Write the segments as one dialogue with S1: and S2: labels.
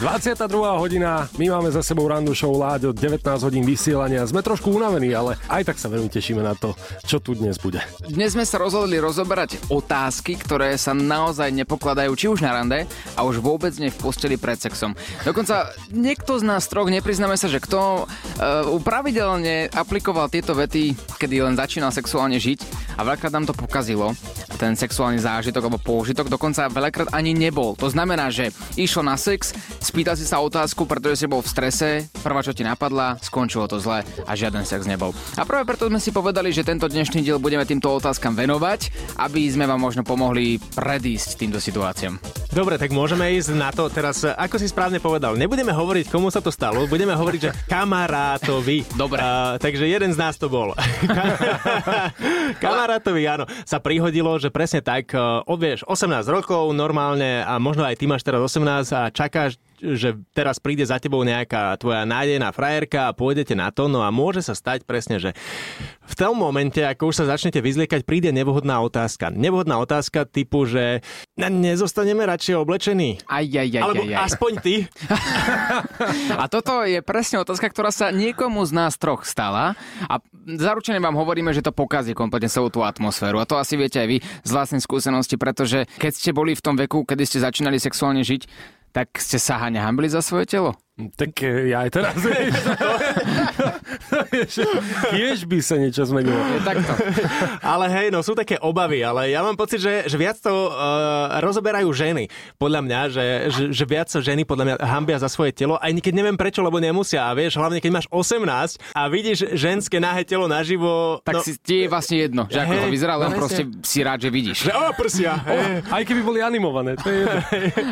S1: 22. hodina, my máme za sebou randu show Láďo, 19 hodín vysielania. Sme trošku unavení, ale aj tak sa veľmi tešíme na to, čo tu dnes bude.
S2: Dnes sme sa rozhodli rozoberať otázky, ktoré sa naozaj nepokladajú či už na rande a už vôbec nie v posteli pred sexom. Dokonca niekto z nás troch, nepriznáme sa, že kto e, pravidelne aplikoval tieto vety, kedy len začínal sexuálne žiť a veľakrát nám to pokazilo, ten sexuálny zážitok alebo použitok, dokonca veľakrát ani nebol. To znamená, že išlo na sex, spýtal si sa otázku, pretože si bol v strese, prvá čo ti napadla, skončilo to zle a žiaden sex nebol. A práve preto sme si povedali, že tento dnešný diel budeme týmto otázkam venovať, aby sme vám možno pomohli predísť týmto situáciám.
S3: Dobre, tak môžeme ísť na to teraz, ako si správne povedal. Nebudeme hovoriť, komu sa to stalo, budeme hovoriť, že kamarátovi.
S2: Dobre.
S3: Uh, takže jeden z nás to bol. kamarátovi, áno, sa prihodilo, že presne tak, uh, odvieš 18 rokov normálne a možno aj ty máš teraz 18 a čakáš, že teraz príde za tebou nejaká tvoja nádená frajerka a pôjdete na to, no a môže sa stať presne, že v tom momente, ako už sa začnete vyzliekať, príde nevhodná otázka. Nevhodná otázka typu, že "Ne- nezostaneme radšej oblečení.
S2: Aj, aj, aj,
S3: Alebo
S2: aj, aj.
S3: aspoň ty.
S2: A toto je presne otázka, ktorá sa niekomu z nás troch stala a zaručene vám hovoríme, že to pokazí kompletne celú tú atmosféru. A to asi viete aj vy z vlastnej skúsenosti, pretože keď ste boli v tom veku, kedy ste začínali sexuálne žiť, tak ste sa hanehambili za svoje telo?
S1: Tak e, ja aj teraz, vieš, to, to je, že tiež by sa niečo zmenilo.
S2: Je takto.
S3: Ale hej, no sú také obavy, ale ja mám pocit, že, že viac to uh, rozoberajú ženy. Podľa mňa, že, že, že viac sa ženy podľa mňa hambia za svoje telo, aj keď neviem prečo, lebo nemusia. A vieš, hlavne keď máš 18 a vidíš ženské nahé telo naživo...
S2: Tak no. si ti je vlastne jedno, že ako to
S3: Hej, No,
S2: vyzerá, len
S3: presne.
S2: proste si rád, že vidíš.
S3: Že, o, prsia, hej.
S1: Aj keby boli animované, to je jedno.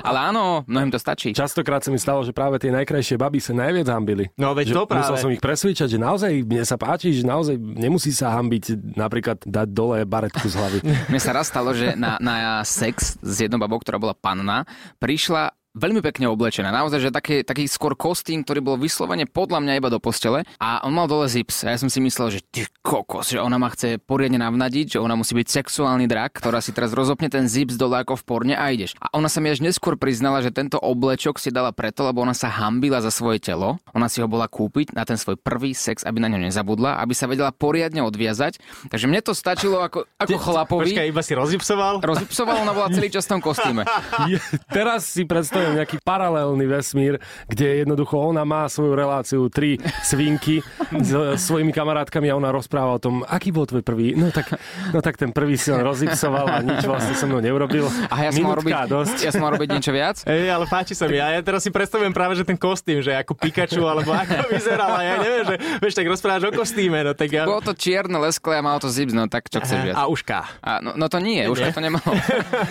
S2: Ale áno, mnohým to stačí.
S1: Častokrát sa mi stalo, že práve tie najkrajšie baby sa najviac hambili.
S3: No,
S1: že
S3: veď to práve.
S1: Musel som ich presvičať, že naozaj mne sa páči, že naozaj nemusí sa hambiť napríklad dať dole baretku z hlavy.
S2: Mne sa raz stalo, že na, na sex s jednou babou, ktorá bola panna, prišla veľmi pekne oblečená. Naozaj, že taký, taký skôr kostým, ktorý bol vyslovene podľa mňa iba do postele. A on mal dole zips. A ja som si myslel, že ty kokos, že ona ma chce poriadne navnadiť, že ona musí byť sexuálny drak, ktorá si teraz rozopne ten zips dole ako v porne a ideš. A ona sa mi až neskôr priznala, že tento oblečok si dala preto, lebo ona sa hambila za svoje telo. Ona si ho bola kúpiť na ten svoj prvý sex, aby na ňo nezabudla, aby sa vedela poriadne odviazať. Takže mne to stačilo ako, ako chlapovi.
S3: Počkaj, iba si rozipsoval.
S2: Rozipsovala, ona bola celý čas v tom kostýme.
S1: Je, teraz si predstavujem nejaký paralelný vesmír, kde jednoducho ona má svoju reláciu tri svinky s e, svojimi kamarátkami a ona rozpráva o tom, aký bol tvoj prvý. No tak, no tak ten prvý si len rozipsoval a nič vlastne so mnou neurobil.
S2: A ja som, mal robiť,
S1: Minútka a dosť.
S2: ja som mal robiť niečo viac.
S3: Ej, ale páči sa mi. A ja teraz si predstavujem práve, že ten kostým, že ako Pikachu, alebo ako vyzeral. A ja neviem, že vieš, tak rozprávaš o kostýme, no tak ja...
S2: Bolo to čierne, lesklé a malo to zips, no tak čo chceš viac.
S3: A uška.
S2: A, no, no to nie, už to nemalo.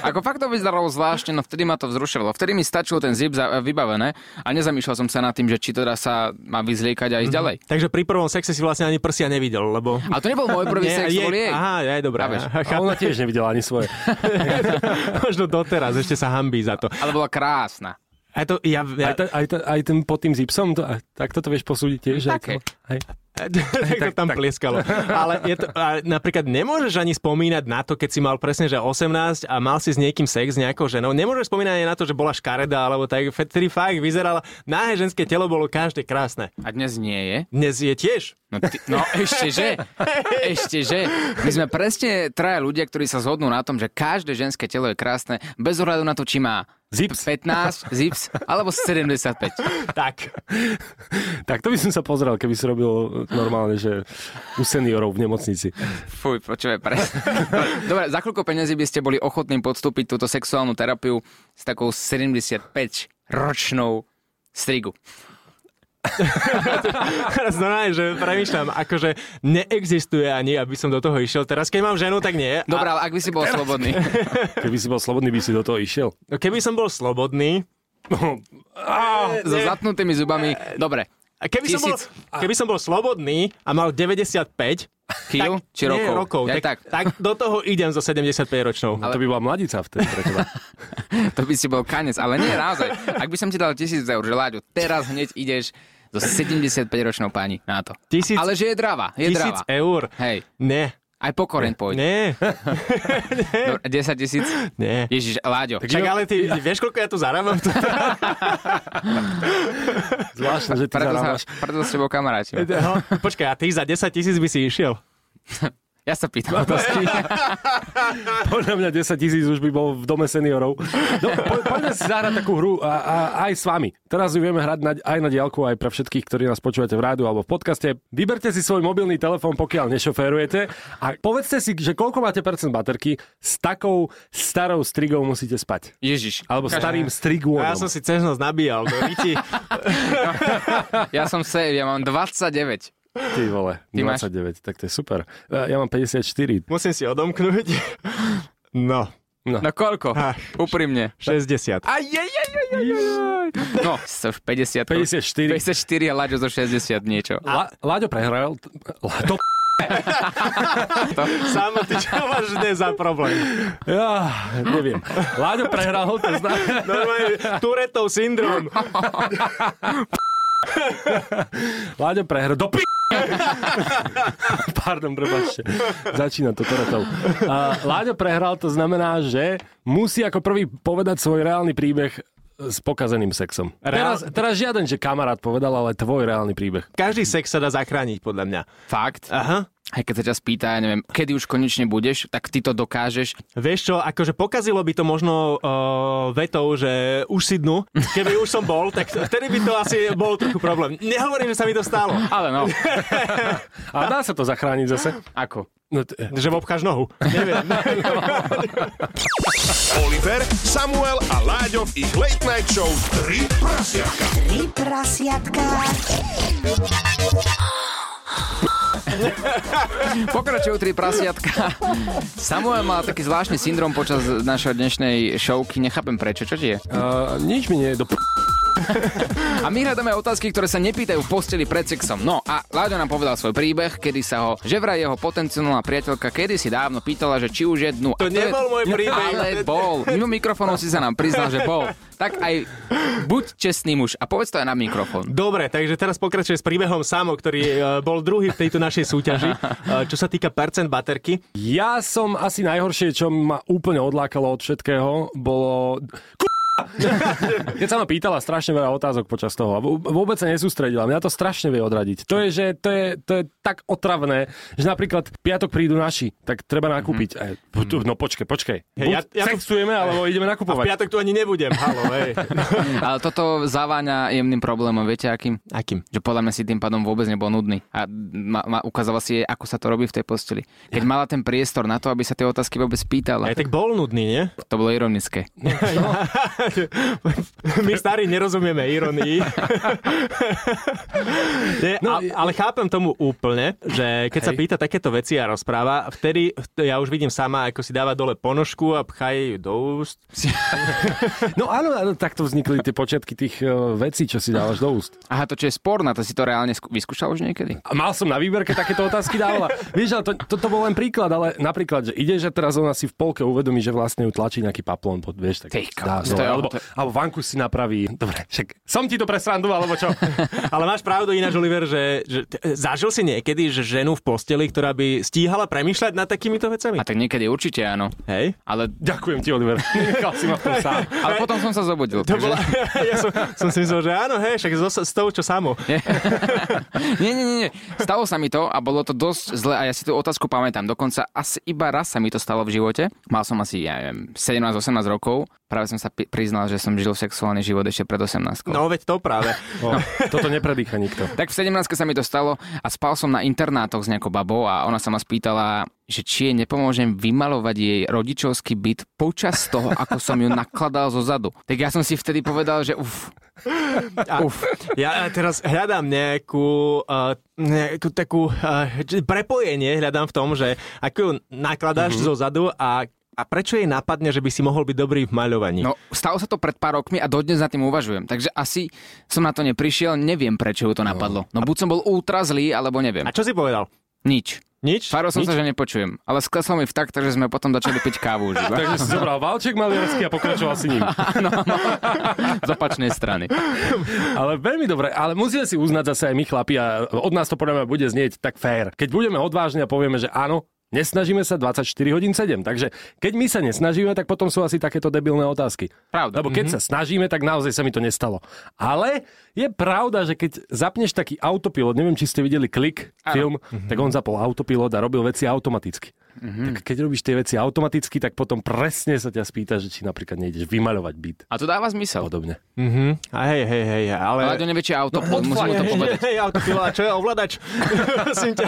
S2: Ako fakt to vyzeralo zvláštne, no vtedy ma to vzrušovalo. Vtedy mi stačilo ten zip za, vybavené a nezamýšľal som sa nad tým, že či teda sa má vyzliekať a ísť ďalej.
S3: Takže pri prvom sexe si vlastne ani prsia nevidel, lebo...
S2: A to nebol môj prvý
S3: Nie,
S2: sex, to
S3: jej-
S2: bol jej.
S3: Aha, aj dobrá.
S2: Chápeš?
S1: A ona tiež nevidela ani svoje.
S3: Možno doteraz, ešte sa hambí za to.
S2: Ale bola krásna.
S3: A to ja...
S1: Aj,
S3: ja
S1: ta, aj, ta, aj ten pod tým zipsom, to, a- tak toto vieš posúdiť tiež. aj
S2: Také.
S1: to- Aj,
S3: tak to tam plieskalo. Ale je to, a napríklad nemôžeš ani spomínať na to, keď si mal presne že 18 a mal si s niekým sex, s nejakou ženou. Nemôžeš spomínať ani na to, že bola škareda, alebo tak, vtedy fakt vyzerala. Náhe ženské telo bolo každé krásne.
S2: A dnes nie je.
S3: Dnes je tiež.
S2: No, ty, no ešte že, ešte že. My sme presne traja ľudia, ktorí sa zhodnú na tom, že každé ženské telo je krásne, bez ohľadu na to, či má
S1: Zips.
S2: 15, zips, alebo 75.
S3: Tak.
S1: Tak to by som sa pozrel, keby si robil normálne, že u seniorov v nemocnici.
S2: Fuj, počúvaj, presne. Dobre, za koľko peniazy by ste boli ochotní podstúpiť túto sexuálnu terapiu s takou 75-ročnou strigu?
S3: Teraz no ne, že premýšľam, akože neexistuje ani, aby som do toho išiel. Teraz keď mám ženu, tak nie. A-
S2: Dobre, ale ak by si bol slobodný.
S1: Keby si bol slobodný, by si do toho išiel.
S3: No keby som bol slobodný,
S2: So zatnutými zubami. Dobre,
S3: A keby, som bol,
S2: Tisíc.
S3: keby som bol slobodný a mal 95,
S2: Chýl?
S3: tak,
S2: Či
S3: nie,
S2: rokov?
S3: rokov
S2: Ja
S3: tak, tak.
S2: tak.
S3: tak do toho idem so 75-ročnou.
S1: Ale... To by bola mladica vtedy pre teba.
S2: To by si bol kanec, ale nie, naozaj. Ak by som ti dal 1000 eur, že Láďo, teraz hneď ideš so 75-ročnou pani na to.
S3: Tisíc-
S2: ale že je drava, je
S3: Tisíc
S2: drava.
S3: eur.
S2: Hej,
S3: Ne,
S2: aj po koreň pôjde.
S3: ne,
S2: Dobre, 10 tisíc?
S3: ne.
S2: Ježiš, Láďo.
S3: Však ale ty vieš, koľko ja tu zarábam?
S1: Zvláštne, že ty
S2: Preto sa,
S1: zarábaš.
S2: preto sa s tebou kamaráti.
S3: No, počkaj, a ty za 10 tisíc by si išiel?
S2: Ja sa pýtam otázky.
S1: Podľa mňa 10 tisíc už by bol v dome seniorov. No, po, poďme si zahrať takú hru a, a, aj s vami. Teraz ju vieme hrať na, aj na diálku, aj pre všetkých, ktorí nás počúvate v rádiu alebo v podcaste. Vyberte si svoj mobilný telefón, pokiaľ nešoférujete a povedzte si, že koľko máte percent baterky s takou starou strigou musíte spať.
S2: Ježiš,
S1: Alebo starým
S3: A ja
S1: strigónom.
S3: som si cez noc nabíjal. no, Do ryti.
S2: ja som save, ja mám 29.
S1: Ty vole,
S2: Ty máš?
S1: 29, tak to je super. E, Ja mám 54.
S3: Musím si odomknúť. No,
S2: No koľko?
S3: Ach.
S2: Úprimne.
S3: 60.
S2: Aj, aj, aj, aj, aj, aj. No, so 50.
S1: 54.
S2: 54 a Láďo zo 60 niečo.
S1: La, Láďo prehral. t- La, to,
S3: Sám, ty čo máš dnes za problém?
S1: ja, neviem. Láďo prehral, to znamená...
S3: Normálne, Turetov syndrom.
S1: Láďo prehr, do p... Pardon, prepačte. Začína to Toretov. Uh, Láďo prehral, to znamená, že musí ako prvý povedať svoj reálny príbeh s pokazeným sexom.
S3: Reál-
S1: Teraz, teraz žiaden, že kamarát povedal, ale tvoj reálny príbeh.
S3: Každý sex sa dá zachrániť, podľa mňa.
S2: Fakt.
S3: Aha.
S2: Aj keď sa ťa spýta, ja neviem, kedy už konečne budeš, tak ty to dokážeš.
S3: Vieš čo, akože pokazilo by to možno uh, vetou, že už si dnu. Keby už som bol, tak vtedy by to asi bol trochu problém. Nehovorím, že sa mi to stalo.
S2: Ale no,
S1: A dá sa to zachrániť zase?
S2: ako?
S1: No, t-
S3: Že obcháš nohu. Neviem.
S4: Oliver, Samuel a Láďo v ich Late Night Show 3 prasiatka.
S5: Tri prasiatka.
S2: Pokračujú tri prasiatka. Samuel mal taký zvláštny syndrom počas našej dnešnej showky. Nechápem prečo, čo ti je?
S1: uh, nič mi nie je do p...
S2: A my hľadáme otázky, ktoré sa nepýtajú v posteli pred sexom. No a Láďo nám povedal svoj príbeh, kedy sa ho, že vraj jeho potenciálna priateľka kedy si dávno pýtala, že či už je dnu.
S3: To nebol môj príbeh.
S2: Ale bol. Mimo mikrofónu si sa nám priznal, že bol. Tak aj buď čestný muž a povedz to aj na mikrofón.
S3: Dobre, takže teraz pokračuje s príbehom Samo, ktorý eh, bol druhý v tejto našej súťaži. Eh, Čo sa týka percent baterky,
S1: Ja som asi najhoršie, čo ma úplne odlákalo od všetkého, bolo... Ku**a! Keď sa ma pýtala strašne veľa otázok počas toho a vô- vôbec sa nesústredila, mňa to strašne vie odradiť. To je, že to je, to je tak otravné, že napríklad v piatok prídu naši, tak treba nakúpiť. Mm-hmm. No počkej, počkej. Hey,
S3: Mhm.
S1: Buď ja,
S3: ja- ja tu-
S1: ja sexujeme, alebo ideme
S3: v
S1: nakupovať.
S3: piatok tu ani nebudem. Halo, hej.
S2: Ale toto zaváňa jemným problémom, viete akým?
S3: Akým?
S2: Že podľa mňa si tým pádom vôbec nebol nudný a ma, ma ukázala si jej, ako sa to robí v tej posteli. Keď mala ten priestor na to, aby sa tie otázky vôbec pýtala,
S3: Aj tak bol nudný, nie?
S2: to bolo ironické.
S3: My starí nerozumieme ironii. Nie, a, ale chápem tomu úplne, že keď sa pýta takéto veci a rozpráva, vtedy ja už vidím sama, ako si dáva dole ponožku a pchá jej ju do úst.
S1: No áno, áno, takto vznikli tie počiatky tých eh, vecí, čo si dávaš do úst.
S2: Aha, to čo je sporná, to si to reálne skú- vyskúšal už niekedy?
S1: A mal som na výberke takéto otázky dávala. Vieš, ale to, toto bol len príklad, ale napríklad, že ideš a teraz ona si v polke uvedomí, že vlastne ju tlačí nejaký paplon pod, vieš, tak
S2: Ty
S1: dá,
S2: kokos,
S1: dole,
S2: to je-
S1: alebo,
S2: to-
S1: alebo vanku si napraví. Dobre, však som ti to presrandu, alebo čo?
S3: Ale máš pravdu ináč, Oliver, že, že t- zažil si niekedy že ženu v posteli, ktorá by stíhala premýšľať nad takýmito vecami?
S2: A tak niekedy určite áno.
S3: Hej?
S2: Ale,
S1: Ďakujem ti, Oliver. Nechal si ma v tom sám.
S2: ale potom som sa zobudil.
S3: To
S2: takže-
S3: bola, ja som, som si myslel, že áno, hej, však so, s tou, čo samo.
S2: Nie, nie, nie, nie. Stalo sa mi to a bolo to dosť zle a ja si tú otázku pamätám. Dokonca asi iba raz sa mi to stalo v živote. Mal som asi, ja neviem, 17-18 rokov. Práve som sa pi- priznal, že som žil sexuálny život ešte pred 18.
S3: No veď to práve.
S1: No, toto nepredýcha nikto.
S2: Tak v 17 sa mi to stalo a spal som na internátoch s nejakou babou a ona sa ma spýtala, že či jej nepomôžem vymalovať jej rodičovský byt počas toho, ako som ju nakladal zo zadu. Tak ja som si vtedy povedal, že uf,
S3: A, Uf. Ja teraz hľadám nejakú, uh, nejakú takú uh, prepojenie, hľadám v tom, že ako ju nakladáš mm-hmm. zo zadu a A prečo jej napadne, že by si mohol byť dobrý v maľovaní?
S2: No, stalo sa to pred pár rokmi a dodnes nad tým uvažujem. Takže asi som na to neprišiel, neviem prečo ju to napadlo. No buď som bol ultra zlý, alebo neviem.
S3: A čo si povedal?
S2: Nič.
S3: Nič?
S2: Faro som
S3: Nič?
S2: sa, že nepočujem. Ale skleslo mi v tak, že sme potom začali piť kávu už iba.
S1: Takže si zobral valček maliarský a pokračoval si ním.
S2: Z opačnej strany.
S1: Ale veľmi dobre, ale musíme si uznať zase aj my chlapi a od nás to podľa mňa bude znieť tak fér. Keď budeme odvážni a povieme, že áno, nesnažíme sa 24 hodín 7. Takže keď my sa nesnažíme, tak potom sú asi takéto debilné otázky.
S2: Pravda.
S1: Lebo keď mm-hmm. sa snažíme, tak naozaj sa mi to nestalo. Ale je pravda, že keď zapneš taký autopilot, neviem, či ste videli klik film, mm-hmm. tak on zapol autopilot a robil veci automaticky. Mm-hmm. Tak keď robíš tie veci automaticky, tak potom presne sa ťa spýta, že či napríklad nejdeš vymaľovať byt.
S2: A to dáva zmysel.
S1: Podobne.
S3: Mhm. A hej, hej, hej, ale... No,
S2: Láďo nevie, či je autopilot, musím mu to
S3: Hej,
S2: povedať.
S3: Hej, autopilot, čo je ovládač? Prosím ťa.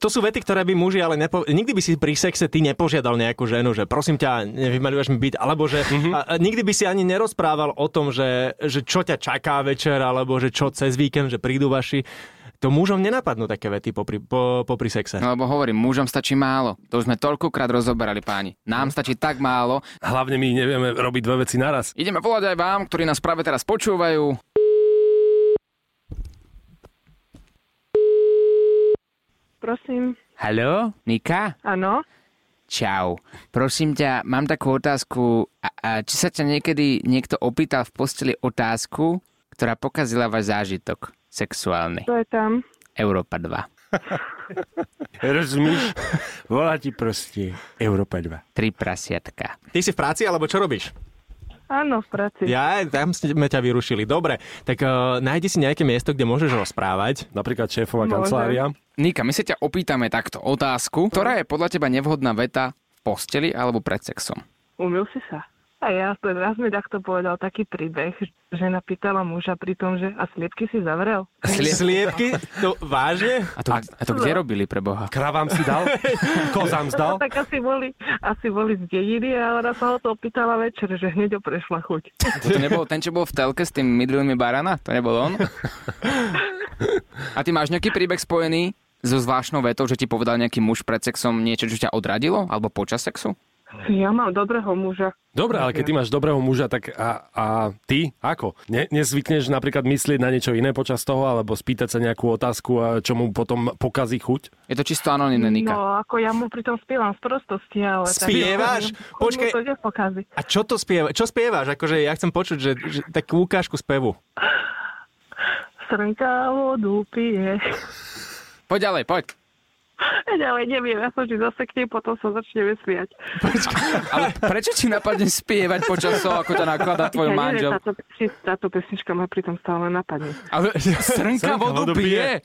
S3: to sú vety, ktoré by muži, ale nepo... nikdy by si pri sexe ty nepožiadal nejakú ženu, že prosím ťa, nevymaľuješ mi byt, alebo že a, a nikdy by si ani nerozprával o tom, že, že čo ťa čaká večer, alebo že čo cez víkend, že prídu vaši. To mužom nenapadnú také vety popri, po, popri sexe.
S2: No lebo hovorím, mužom stačí málo. To už sme toľkokrát rozoberali, páni. Nám stačí tak málo.
S1: Hlavne my nevieme robiť dve veci naraz.
S2: Ideme volať aj vám, ktorí nás práve teraz počúvajú.
S6: Prosím,
S2: Haló, Nika?
S6: áno.
S2: Čau. Prosím ťa, mám takú otázku. A, a, či sa ťa niekedy niekto opýtal v posteli otázku, ktorá pokazila váš zážitok sexuálny?
S6: Kto je tam?
S2: Európa 2.
S1: Rozumieš? Volá ti proste Európa 2.
S2: Tri prasiatka.
S3: Ty si v práci, alebo čo robíš?
S6: Áno, v práci.
S3: Ja, tam sme ťa vyrušili. Dobre, tak uh, nájdi si nejaké miesto, kde môžeš rozprávať.
S1: Napríklad šéfová kancelária.
S2: Nika, my sa ťa opýtame takto otázku, ktorá je podľa teba nevhodná veta v posteli alebo pred sexom.
S6: Umil si sa? A ja, raz mi takto povedal taký príbeh, že napýtala muža pri tom, že a sliepky si zavrel.
S2: Sliep-
S3: Sliepky? To vážne?
S2: A to, a, a to kde robili pre Boha?
S1: Kravám si dal, kozám
S6: No,
S1: zdal.
S6: tak asi boli, asi boli z dediny, ale raz sa ho to opýtala večer, že hneď ho prešla chuť.
S2: To nebol ten, čo bol v telke s tým mydlými barana? To nebol on? A ty máš nejaký príbeh spojený so zvláštnou vetou, že ti povedal nejaký muž pred sexom niečo, čo ťa odradilo? Alebo počas sexu?
S6: Ja mám dobrého muža.
S1: Dobre, ale keď ty máš dobrého muža, tak a, a ty ako? Ne, nezvykneš napríklad myslieť na niečo iné počas toho, alebo spýtať sa nejakú otázku, a čo mu potom pokazí chuť?
S2: Je to čisto anonimné, Nika.
S6: No, ako ja mu pritom spievam z prostosti, ale... tak-
S3: Spievaš?
S6: On mu
S3: Počkaj.
S6: to nepokazí.
S3: A čo to spieva? Čo spievaš? Akože ja chcem počuť, že, že takú ukážku spevu.
S6: Srnka vodu pije.
S2: Poď ďalej, poď.
S6: Ďalej neviem, ja som ti zasekne, potom sa začne vysmiať.
S2: Ale prečo ti napadne spievať počas toho, ako to naklada tvoj
S6: ja neviem,
S2: manžel?
S6: táto, táto pesnička ma pritom stále napadne.
S2: Ale srnka vodu pije.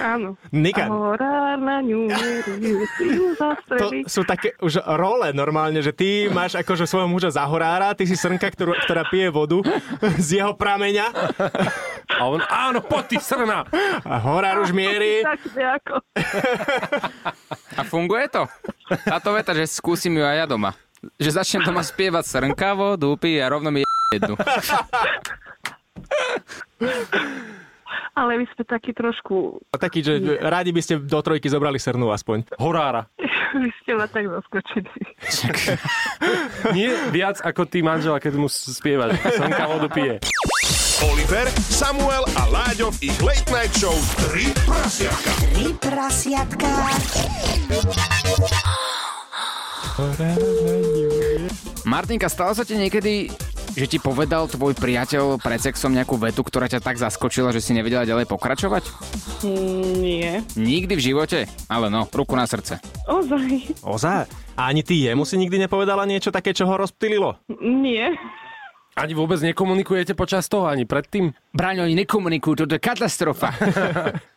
S6: Áno.
S3: Nika.
S6: Horár na ňu mierí, si ju
S3: To
S6: zastreli.
S3: sú také už role normálne, že ty máš akože svojho muža za horára, ty si srnka, ktorú, ktorá pije vodu z jeho prameňa
S1: A on, áno, poď ty srna!
S3: a horár už mierí.
S6: Tak nejako.
S2: A funguje to? Táto veta, že skúsim ju aj ja doma. Že začnem doma spievať srnka vodu pije a rovno mi je jednu.
S6: Ale my sme taký trošku,
S3: A Taký, že rádi by ste do trojky zobrali srnu aspoň.
S1: Horára.
S6: vy ste ma tak zaskočili.
S1: Nie viac ako ty manžela, keď mu spievaš. Slnka vodu pije.
S4: Oliver, Samuel a Láďo v ich Late Night Show 3 prasiatka.
S5: Tri prasiatka.
S2: Martinka, stalo sa ti niekedy, že ti povedal tvoj priateľ pred sexom nejakú vetu, ktorá ťa tak zaskočila, že si nevedela ďalej pokračovať?
S6: Mm, Nie,
S2: Nikdy v živote? Ale no, ruku na srdce.
S6: ozaj,
S3: Oza? A ani ty jemu si nikdy nepovedala niečo také, čo ho rozptýlilo?
S6: nie.
S1: Ani vôbec nekomunikujete počas toho, ani predtým?
S2: Braňo, oni nekomunikujú, toto je katastrofa.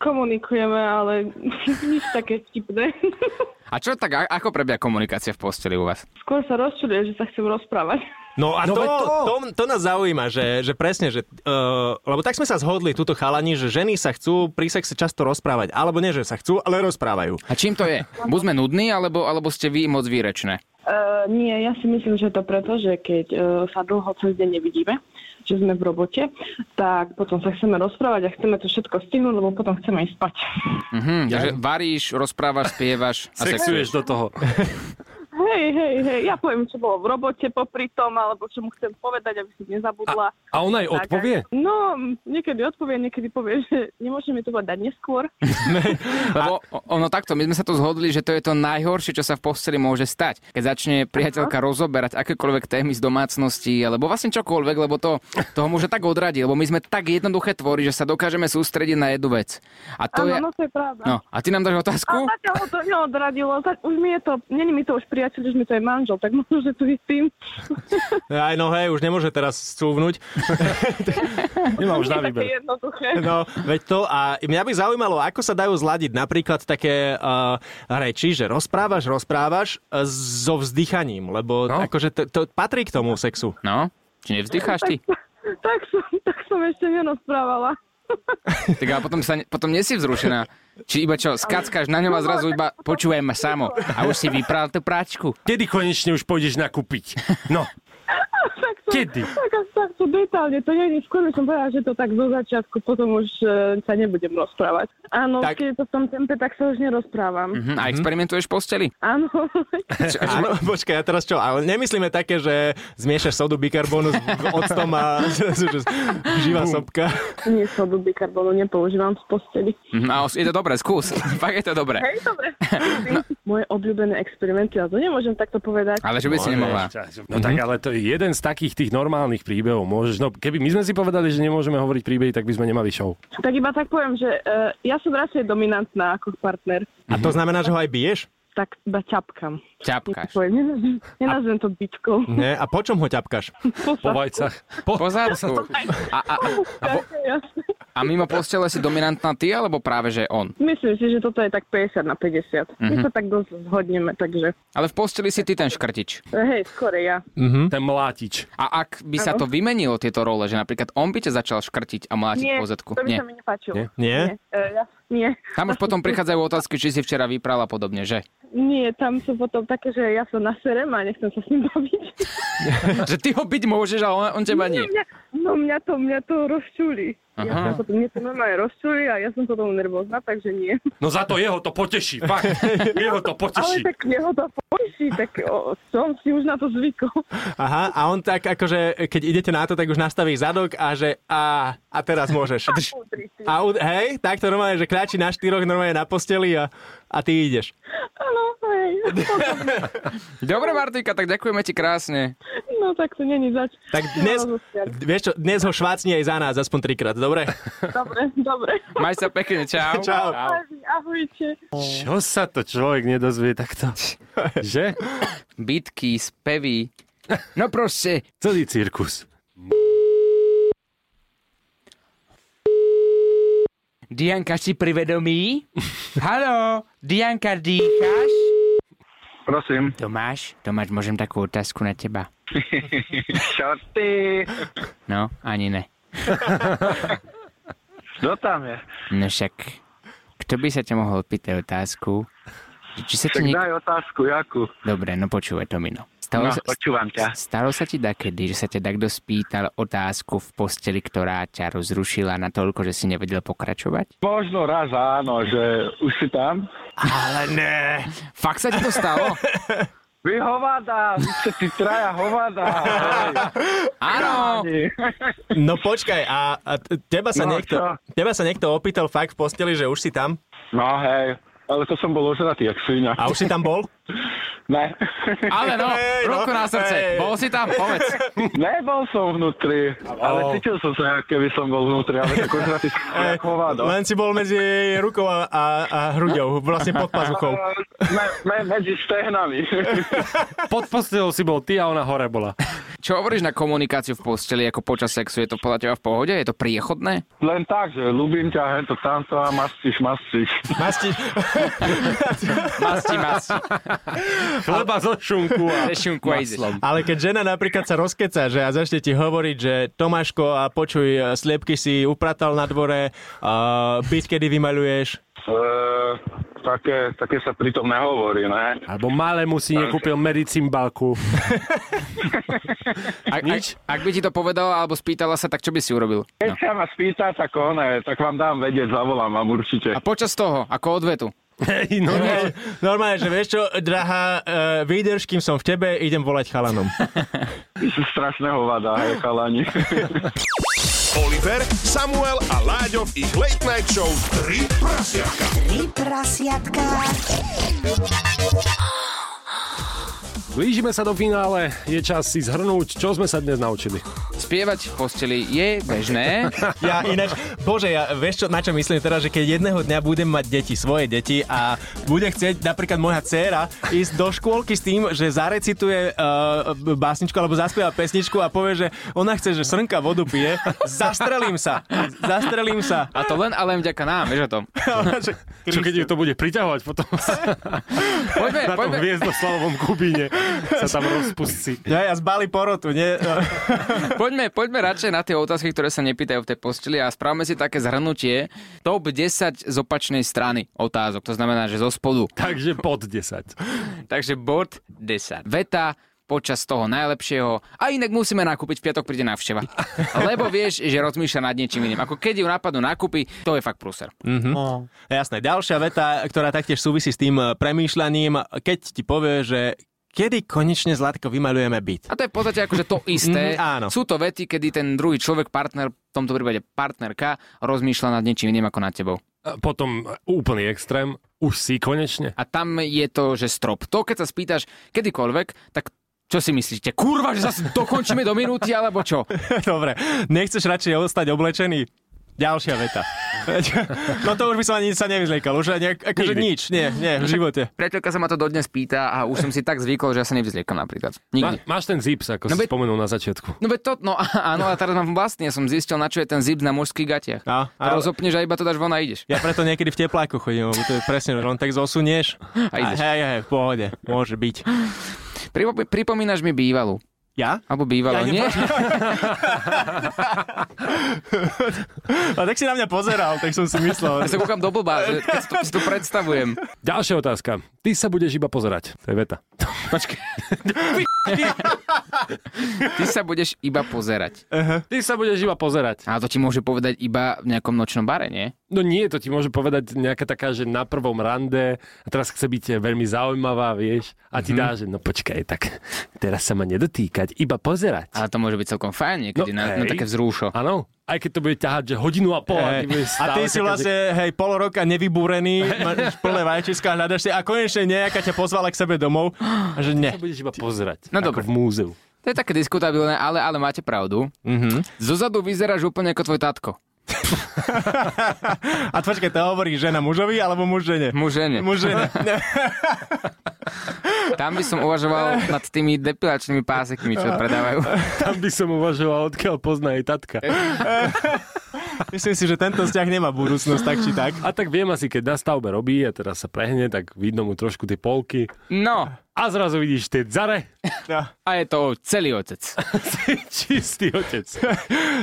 S6: Komunikujeme, ale nič také vtipné.
S2: A čo tak, a- ako prebieha komunikácia v posteli u vás?
S6: Skôr sa rozčuluje, že sa chcem rozprávať.
S3: No a
S1: No
S3: no, to,
S1: veď
S3: to.
S1: to.
S3: To, to nás zaujíma, že, že presne, že, uh, lebo tak sme sa zhodli túto chalani, že ženy sa chcú pri sexe často rozprávať, alebo nie, že sa chcú, ale rozprávajú.
S2: A čím to je? Buď sme nudní, alebo, alebo ste vy moc výrečné?
S6: Uh, nie, ja si myslím, že to preto, že keď uh, sa dlho cez deň nevidíme, že sme v robote, tak potom sa chceme rozprávať a chceme to všetko stihnúť, lebo potom chceme ísť spať.
S2: Hm, Mhm, ja. Takže varíš, rozprávaš, spievaš a
S1: Sexuješ
S2: sexuješ.
S1: do toho.
S6: hej, hej, hej, ja poviem, čo bolo v robote popri tom, alebo čo mu chcem povedať, aby som nezabudla.
S1: A ona aj
S6: Tak,
S1: odpovie?
S6: aj- No, niekedy odpovie, niekedy povie, že nemôžeme to povedať neskôr.
S2: Lebo o- ono takto, my sme sa to zhodli, že to je to najhoršie, čo sa v posteli môže stať. Keď začne priateľka rozoberať akékoľvek témy z domácnosti, alebo vlastne čokoľvek, lebo to, toho môže tak odradiť, lebo my sme tak jednoduché tvory, že sa dokážeme sústrediť na jednu vec. A to
S6: Áno,
S2: je...
S6: no to je pravda.
S2: No, a ty nám dáš otázku?
S6: A zatiaľ ho to neodradilo, za- už mi je to, není mi to už priateľ, už mi to je manžel, tak možno, že tu je tým.
S3: Aj no hej, už nemôže teraz stúvnuť.
S1: Nemá už
S6: Nie
S1: na
S6: je také
S1: výber.
S6: jednoduché.
S3: No, veď to a mňa by zaujímalo, ako sa dajú zladiť napríklad také uh, reči, že rozprávaš, rozprávaš uh, so vzdychaním, lebo no.
S1: No.
S3: akože to, to patrí k tomu sexu.
S2: No, či nevzdycháš ty?
S6: Tak som, tak som ešte nerozprávala.
S2: Tak a potom, sa, ne- potom nie si vzrušená. Či iba čo, skackáš na ňom a zrazu iba počujem samo. A už si vypral tú práčku.
S1: Kedy konečne už pôjdeš nakúpiť? No,
S6: Tak som,
S1: Kedy?
S6: Tak, až takto detálne, to nie je, skôr by som povedala, že to tak zo začiatku, potom už e, sa nebudem rozprávať. Áno,
S3: Tak-
S6: tak. keď je to v tom tempe, tak sa už nerozprávam.
S2: Hm, a experimentuješ v posteli?
S6: Áno,
S2: Čo, čo,
S3: Áno, počkaj, a teraz čo? Ale nemyslíme také, že zmiešaš sodu bikarbónu s octom a zrazu, že živá sopka.
S6: nie som do bikarbonu, nepoužívam z posteli.
S2: Mhm, a os- je to dobré, skús. Fakt je to dobré.
S6: Hej, dobre. Moje obľúbené experimenty, ale to nemôžem takto povedať.
S2: Ale že by si nemohla.
S1: No tak ale to je jeden z takých tých normálnych príbehov. Môžeš, no, keby my sme si povedali, že nemôžeme hovoriť príbehy, tak by sme nemali show.
S6: Tak iba tak poviem, že e, ja som radšej dominantná ako partner.
S3: A to znamená, že ho aj biješ?
S6: Tak iba ťapkam.
S2: Ťapkáš.
S6: Poviem, nenazvem, nenazvem to bytkou.
S3: Nie? A po čom ho ťapkaš?
S1: Po vajcach. Po...
S2: Po zádku. A, a, a mimo postele si dominantná ty, alebo práve že on?
S6: Myslím si, že toto je tak 50 na 50. My sa tak dosť zhodneme, takže...
S2: Ale v posteli si ty ten škrtič.
S6: e, Hej, skore ja.
S1: Ten mlátič.
S2: A ak by sa to vymenilo, tieto role, že napríklad on by ťa začal škrtiť a mlátiť
S6: Nie,
S2: po zadku.
S6: to by
S2: Nie.
S6: sa mi nepáčilo.
S1: Nie?
S3: Nie?
S6: E, ja, nie.
S2: Tam už potom prichádzajú otázky, či si včera vypral a podobne, že?
S6: Nie, tam sú potom také, že ja som naserem a nechcem sa s ním baviť.
S2: Že ty ho byť môžeš, ale on, on teba nie.
S6: Mňa, no mňa to, mňa to rozčúli. Ja
S2: Aha.
S6: som potom, mne to normálne rozčúli a ja som potom nervózna, takže nie.
S1: No za to jeho to poteší, fakt. Jeho to
S6: Ale
S1: poteší.
S6: tak jeho to poteší, tak o, som si už na to zvykol.
S3: Aha, a on tak akože, keď idete na to, tak už nastaví zadok a že a, a teraz môžeš.
S6: Udri si.
S3: A u, hej, tak to normálne, že kľačí na štyroch normálne na posteli a, a ty ideš.
S6: Áno, hej.
S2: Dobre, Martika, tak ďakujeme ti krásne.
S6: No tak to není zač. No,
S3: Tak dnes, vieš čo, dnes ho švácni aj za nás, aspoň trikrát, dobre?
S6: Dobre, dobre.
S2: Maj sa pekne, čau.
S3: Čau.
S6: Ahojte.
S1: Čo sa to človek nedozvie takto? Že?
S2: Bitky, spevy. No proste.
S1: Celý cirkus.
S2: Dianka si privedomí? Halo, Dianka, dýcháš?
S7: Prosím.
S2: Tomáš, Tomáš, môžem takú otázku na teba?
S7: Šorty.
S2: No, ani ne.
S7: Kto tam je?
S2: No však, kto by sa ťa mohol pýtať otázku? že Či sa ti
S7: Tak
S2: niek...
S7: daj otázku, jakú.
S2: Dobre, no počúvaj Tomino. Stalo,
S7: No,
S2: sa,
S7: počúvam ťa.
S2: stalo sa ti dakedy, že sa ťa takto spýtal otázku v posteli, ktorá ťa rozrušila natoľko, že si nevedel pokračovať?
S7: Možno raz áno, že už si tam.
S2: Fakt sa ti to stalo?
S7: Vy hovada, vy ste tí traja hovada. hej.
S2: Áno!
S3: No počkaj, a, a t- teba, sa
S7: No,
S3: niekto,
S7: čo?
S3: teba sa niekto opýtal fakt v posteli, že už si tam?
S7: No hej, ale to som bol ožratý, jak svinia.
S3: A už si tam bol?
S7: Ne.
S2: Ale no,
S3: Hej, no,
S2: ruku na
S3: hej.
S2: srdce. Bol si tam, povedz.
S7: Nebol som vnútri, ale cítil som sa, ako keby som bol vnútri, ale tak ožratý som bol jak hovado.
S3: Len si bol medzi jej rukou a, a, a hrudou, vlastne pod pazuchou.
S7: Me, me, medzi stehnami.
S1: Pod postelou si bol ty a ona hore bola.
S2: Čo hovoríš na komunikáciu v posteli ako počas sexu? Je to podľa teba v pohode? Je to priechodné?
S7: Len tak, že ľúbim ťa, hento tamto a mastíš, mastíš.
S3: Masti...
S2: Masti, masti.
S1: Chleba zo šunku a
S2: Šunku a ideš.
S1: maslom.
S3: Ale keď žena napríklad sa rozkeca, že a začne ti hovoriť, že Tomáško, a počuj, e, sliepky si upratal na dvore, uh, byt kedy vymaluješ.
S7: Eh, také, také sa pritom nehovorí, ne?
S1: Alebo malému si nekúpil medicimbalku.
S2: Ak, ak,
S1: Nič?
S2: ak by ti to povedala alebo spýtala sa, tak čo by si urobil? No.
S7: Keď sa ma spýta, tak one, tak vám dám vedieť, zavolám vám určite.
S2: A počas toho, ako odvetu.
S1: Hej, no, no.
S3: Normálne, že vieš čo, drahá, uh, vydrž, kým som v tebe, idem volať chalanom.
S7: Vy ste strašné hovada, hej, chalani.
S4: Oliver, Samuel a Láďo v ich Late Night Show 3 prasiatka.
S5: Tri prasiatka.
S1: Blížime sa do finále, je čas si zhrnúť, čo sme sa dnes naučili.
S2: Spievať v posteli je bežné.
S3: Ja ináč, bože, ja, vieš čo, na čo myslím teraz, že keď jedného dňa budem mať deti, svoje deti a bude chcieť napríklad moja dcéra ísť do škôlky s tým, že zarecituje uh, básničku alebo zaspieva pesničku a povie, že ona chce, že srnka vodu pije, zastrelím sa, zastrelím sa.
S2: A to len ale len vďaka nám, vieš o tom.
S1: Čo keď ju to bude priťahovať potom
S2: Poďme,
S1: na tom
S2: poďme.
S1: hviezdoslávom Kubíne sa tam rozpustí.
S3: Ja, ja zbali porotu, nie?
S2: Poďme, poďme radšej na tie otázky, ktoré sa nepýtajú v tej posteli a správame si také zhrnutie top 10 z opačnej strany otázok, to znamená, že zo spodu.
S1: Takže pod 10.
S2: Takže bod 10. Veta počas toho najlepšieho. A inak musíme nakúpiť, v piatok príde návšteva. Lebo vieš, že rozmýšľa nad niečím iným. Ako keď ju napadnú nákupy, to je fakt prúser.
S3: No. Jasné, ďalšia veta, ktorá taktiež súvisí s tým eh, premýšľaním, keď ti povie, že kedy konečne, Zlatko, vymalujeme byt.
S2: A to je v podstate akože to isté.
S3: Mm, áno.
S2: Sú to vety, kedy ten druhý človek, partner, v tomto prípade partnerka, rozmýšľa nad niečím iným ako nad tebou.
S1: A Potom úplný extrém, už si konečne.
S2: A tam je to, že strop. To, keď sa spýtaš kedykoľvek, tak čo si myslíte? Kurva, že zase dokončíme do minúty, alebo čo?
S3: Dobre, nechceš radšej ostať oblečený? Ďalšia veta. no to už by som ani sa nevyzliekal, už aj nejak, akože
S1: Nikdy.
S3: nič, nie, nie, v živote.
S2: Priateľka sa ma to dodnes pýta a už som si tak zvykol, že ja sa nevyzliekam napríklad.
S1: Ma,
S2: Nikdy.
S1: máš ten zips, ako
S2: No
S1: no, si
S2: veď-
S1: spomenul na začiatku.
S2: No veď to, no á- áno, a teraz mám vlastne, som zistil, na čo je ten zip na mužských gatiach. a
S3: No, ale-
S2: rozopneš a iba to dáš von a ideš.
S3: Ja preto niekedy v tepláku chodím, lebo to je presne, že len tak zosunieš
S2: A ideš.
S3: hej, hej, v pohode, môže byť.
S2: Pripo- pripomínaš mi bývalú.
S3: Ja?
S2: Alebo bývalú,
S3: Ja
S2: nie?
S3: A tak si na mňa pozeral, tak som si myslel.
S2: Ja sa kúkam do blba, že keď si to, si to predstavujem.
S1: Ďalšia otázka. Ty sa budeš iba pozerať. To je veta.
S2: Počkaj. Ty sa budeš iba pozerať.
S1: Ty sa budeš iba pozerať.
S2: Ale to ti môže povedať iba v nejakom nočnom bare, nie?
S1: No nie, to ti môže povedať nejaká taká, že na prvom rande a teraz chce byť veľmi zaujímavá, vieš, a ti dá, že no počkaj, tak teraz sa ma nedotýkať, iba pozerať.
S2: Ale to môže byť celkom fajn niekedy
S1: No,
S2: no, na, na
S1: hej.
S2: také vzrúšo.
S1: Áno, aj keď to bude ťahať, že hodinu a pol.
S3: Hej,
S1: ty budeš
S3: a ty
S1: stále
S3: si
S1: taká, že-
S3: vlastne, hej, pol roka nevybúrený, máš plné vajčiska, hľadaš si a konečne nejaká ťa pozvala k sebe domov a že ne.
S1: budeš iba pozerať.
S2: No
S1: ako
S2: dobre.
S1: v múzeu.
S2: To je také diskutabilné, ale, ale máte pravdu. Mm-hmm. Zozadu vyzeráš úplne ako tvoj tatko.
S3: A počkaj, to hovorí žena mužovi alebo muž žene?
S2: Mužene.
S3: Muž žene.
S2: Tam by som uvažoval nad tými depilačnými pásekmi, čo predávajú.
S1: Tam by som uvažoval, odkiaľ pozná jej tatka.
S3: Myslím si, že tento vzťah nemá budúcnosť tak či tak.
S1: A tak viem asi, keď na stavbe robí a teraz sa prehne, tak vidno mu trošku tie polky.
S2: No,
S1: A zrazu vidíš tie dzare.
S2: a je to celý otec.
S1: Čistý otec.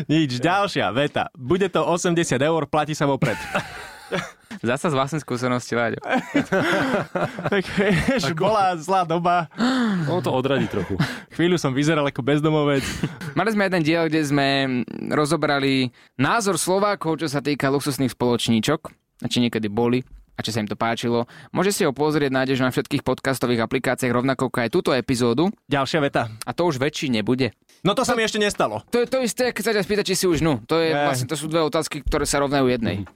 S3: Nič, ďalšia veta. Bude to 80 eur, platí sa vopred.
S2: Zasa z vlastnej skúsenosti, Láďo.
S3: Tak vieš, bola zlá doba.
S1: Ono to odradí trochu.
S3: Chvíľu som vyzeral ako bezdomovec.
S2: Mali sme jeden diel, kde sme rozobrali názor Slovákov, čo sa týka luxusných spoločníčok, a či niekedy boli a či sa im to páčilo. Môže si ho pozrieť, nájdeš na všetkých podcastových aplikáciách, rovnako ako aj túto epizódu.
S3: Ďalšia veta.
S2: A to už väčší nebude.
S3: No to sa mi ešte nestalo.
S2: To je to isté, keď sa ťa spýta, či si už nu. To, je,
S3: Hej.
S2: vlastne, to sú dve otázky, ktoré sa rovnajú jednej.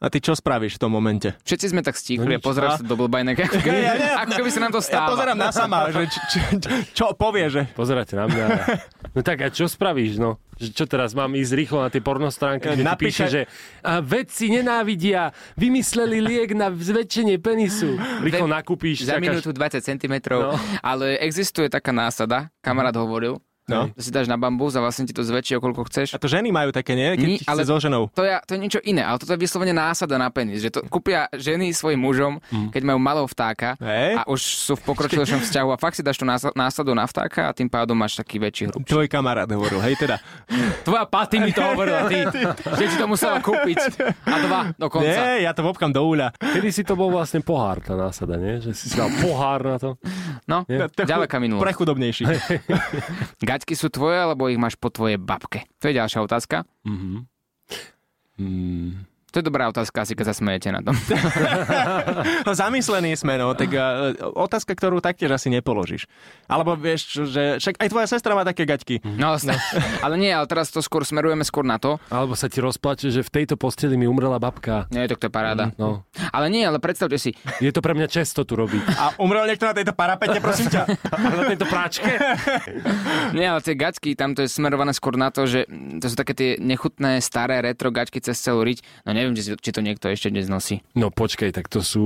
S3: A ty čo spravíš v tom momente?
S2: Všetci sme tak stichli
S1: No
S2: a pozeráš
S3: A-
S2: sa do blbajnek, ako keby,
S3: Ja- ja-
S2: ako keby sa nám to
S3: Ja
S2: stáva.
S3: pozerám na sama, že č- č- č- čo povie, že
S1: Pozeráte na mňa. a- No tak a čo spravíš, no? Že Čo teraz, mám ísť rýchlo na tie pornostránky, kde ti
S3: Napíšaj-
S1: píše, že a vedci nenávidia, vymysleli liek na zväčšenie penisu. Rýchlo
S2: Ve-
S1: nakúpíš,
S2: Za
S1: čakáš.
S2: minútu 20 cm.
S1: No.
S2: No. Ale existuje taká násada, kamarát hovoril,
S3: No.
S2: že si dáš na bambus a vlastne ti to zväčší, o koľko chceš.
S3: A to ženy majú také, nie? Keď
S2: Ni-
S3: ti chce
S2: ale-
S3: so ženou.
S2: To je, to je niečo iné, ale toto je vyslovene násada na penis, že to kúpia ženy svojim mužom, keď majú malého vtáka
S3: Hej.
S2: a už sú v pokročilejšom vzťahu a fakt si dáš tú nása- násadu na vtáka a tým pádom máš taký väčší hrub.
S3: Tvoj kamarát hovoril, hej teda.
S2: Tvoja paty mi to hovorila, ty, že si to musela kúpiť a dva dokonca.
S3: Nie, ja to vopkam do úľa.
S1: Kedy si to bol vlastne pohár, tá násada, nie? Že si si dal pohár na to.
S2: No, ďaleká minulosť.
S3: Prechudobnejší.
S2: Gaťky sú tvoje, Mhm. alebo ich máš po tvojej babke? To je ďalšia otázka.
S1: Mm.
S2: To je dobrá otázka, asi keď sa smejete na tom.
S3: No, zamyslení sme, no, tak uh, otázka, ktorú taktiež asi nepoložíš. Alebo vieš, čo, že však aj tvoja sestra má také gaťky.
S2: No, no. ale nie, ale teraz to skôr smerujeme skôr na to.
S1: Alebo sa ti rozplače, že v tejto posteli mi umrela babka.
S2: Nie, tak to je paráda.
S1: No.
S2: Ale nie, ale predstavte si,
S1: Je to pre mňa često tu robiť.
S3: A umrel niekto na tejto parapete, prosím ťa.
S1: Na tejto práčke?
S2: Nie, ale tie gačky, tam to je smerované skôr na to, že to sú také tie nechutné, staré, retro gačky cez celú riť. No neviem, či, si- či to niekto ešte dnes nosí.
S1: No počkej, tak to sú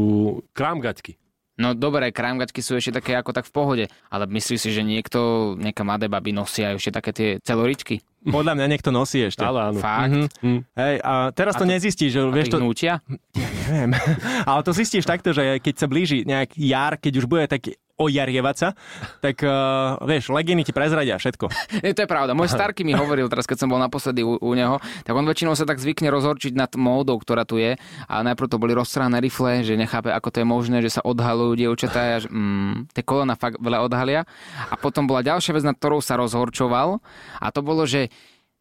S1: krámgaťky.
S2: No dobré, krámgačky sú ešte také ako tak v pohode, ale myslíš si, že niekto, nejaká mladé baby nosia ešte také tie celoričky?
S3: Podľa mňa niekto nosí ešte.
S1: Ale áno.
S2: Fakt?
S3: Mhm. Hej, a teraz to, nezistíš, že
S2: Vieš
S3: vieš
S2: to...
S3: to...
S2: Nútia?
S3: Neviem. Ale to zistíš takto, že keď sa blíži nejak jar, keď už bude taký ojarievať sa, tak uh, vieš, legeny ti prezradia všetko.
S2: Nie, to je pravda. Môj starky mi hovoril teraz, keď som bol naposledy u, u neho, tak on väčšinou sa tak zvykne rozhorčiť nad módou, ktorá tu je. A najprv to boli roztrhané rifle, že nechápe, ako to je možné, že sa odhalujú dievčatá, a že, mm, tie kolena fakt veľa odhalia. A potom bola ďalšia vec, nad ktorou sa rozhorčoval. A to bolo, že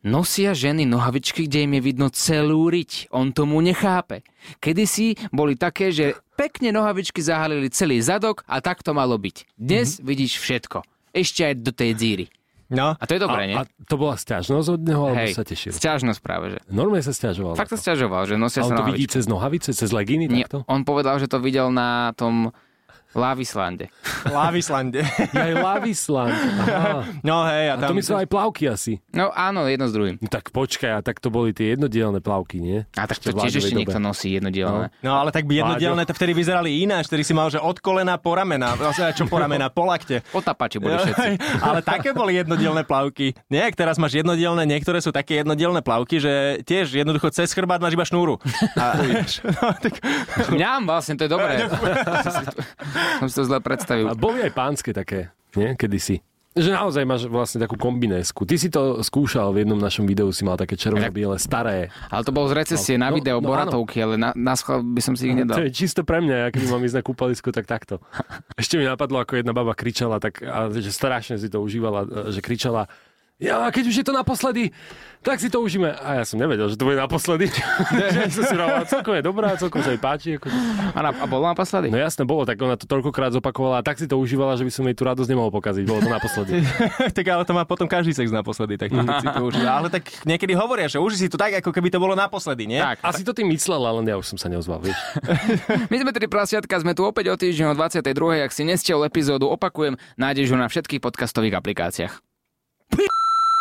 S2: Nosia ženy nohavičky, kde im je vidno celú riť. On tomu nechápe. Kedysi boli také, že pekne nohavičky zahalili celý zadok a tak to malo byť. Dnes mm-hmm. vidíš všetko. Ešte aj do tej díry.
S3: No,
S2: A to je dobré, nie?
S1: A, a to bola sťažnosť od neho, alebo sa tešil?
S2: sťažnosť práve, že.
S1: Normálne sa sťažoval.
S2: Fakt sa sťažoval, že
S1: A
S2: nosia
S1: on
S2: sa
S1: to vidí
S2: nohavičky.
S1: cez nohavice, cez legíny,
S2: Nie,
S1: takto?
S2: on povedal, že to videl na tom Lávislande.
S3: Lávislande.
S1: Ja aj Lavislan. Aha.
S3: No hej,
S1: A
S3: a
S1: to
S3: tam...
S1: myslel aj plavky asi.
S2: No áno, jedno s druhým.
S1: No tak počkaj, a tak to boli tie jednodielne plavky, nie?
S2: A tak to
S1: v
S2: tiež
S1: Ládovej
S2: ešte
S1: dobe.
S2: niekto nosí jednodielne.
S3: No ale tak by jednodielne to vtedy vyzerali ináč, vtedy si mal, že od kolena po ramena, vlastne čo po ramena, po lakte.
S2: Otapači boli všetci.
S3: Ale také boli jednodielne plavky. Nie, ak teraz máš jednodielne, niektoré sú také jednodielne plavky, že tiež jednoducho cez chrbát máš iba šnúru. A, no, tak,
S2: Mňam, vlastne, to je dobré. Som si to- Som si to zle predstavil.
S1: A boli aj pánske také, nie? Kedysi. Že naozaj máš vlastne takú kombinésku. Ty si to skúšal, v jednom našom videu si mal také červeno-biele, staré.
S2: Ale to bolo z recesie na
S1: No,
S2: video
S1: no,
S2: Boratovky, ale na, na schvál by som si
S1: To
S2: ich nedal.
S1: je čisto pre mňa, ja keď mám ísť na kúpalisku, tak takto. Ešte mi napadlo, ako jedna baba kričala, tak, a, že strašne si to užívala, e, že kričala, ja, keď už je to naposledy, tak si to užíme. A ja som nevedel, že to bude naposledy. ja som si hovoril, celkom je dobrá, celkom sa jej páči. Ako...
S2: A, na, a bolo naposledy?
S1: No jasné, bolo, tak ona to toľkokrát zopakovala a tak si to užívala, že by som jej tú radosť nemohol pokaziť. Bolo to naposledy.
S3: tak ale to má potom každý sex naposledy. Tak to, si to už, ale tak niekedy hovoria, že už si to tak, ako keby to bolo naposledy, nie?
S2: Tak.
S1: Asi to tým myslela, len ja už som sa neozval, vieš.
S2: My sme tri prasiatka, sme tu opäť o týždeň o 22. Ak si nestiel epizódu, opakujem, nájdeš ju na všetkých podcastových aplikáciách.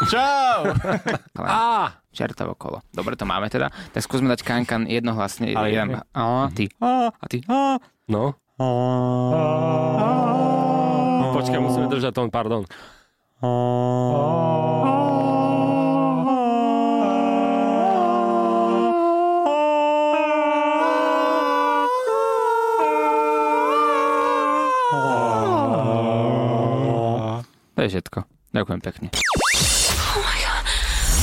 S3: Čau!
S1: Á,
S2: Čertovo kolo. Dobre, to máme teda. Tak skúsme dať kankan jednohlasne. Ale
S3: Ale
S2: jeden.
S3: ja-
S2: A ty. A ty.
S1: no. Počkaj, musíme držať tón, pardon.
S2: To je všetko. Ďakujem pekne.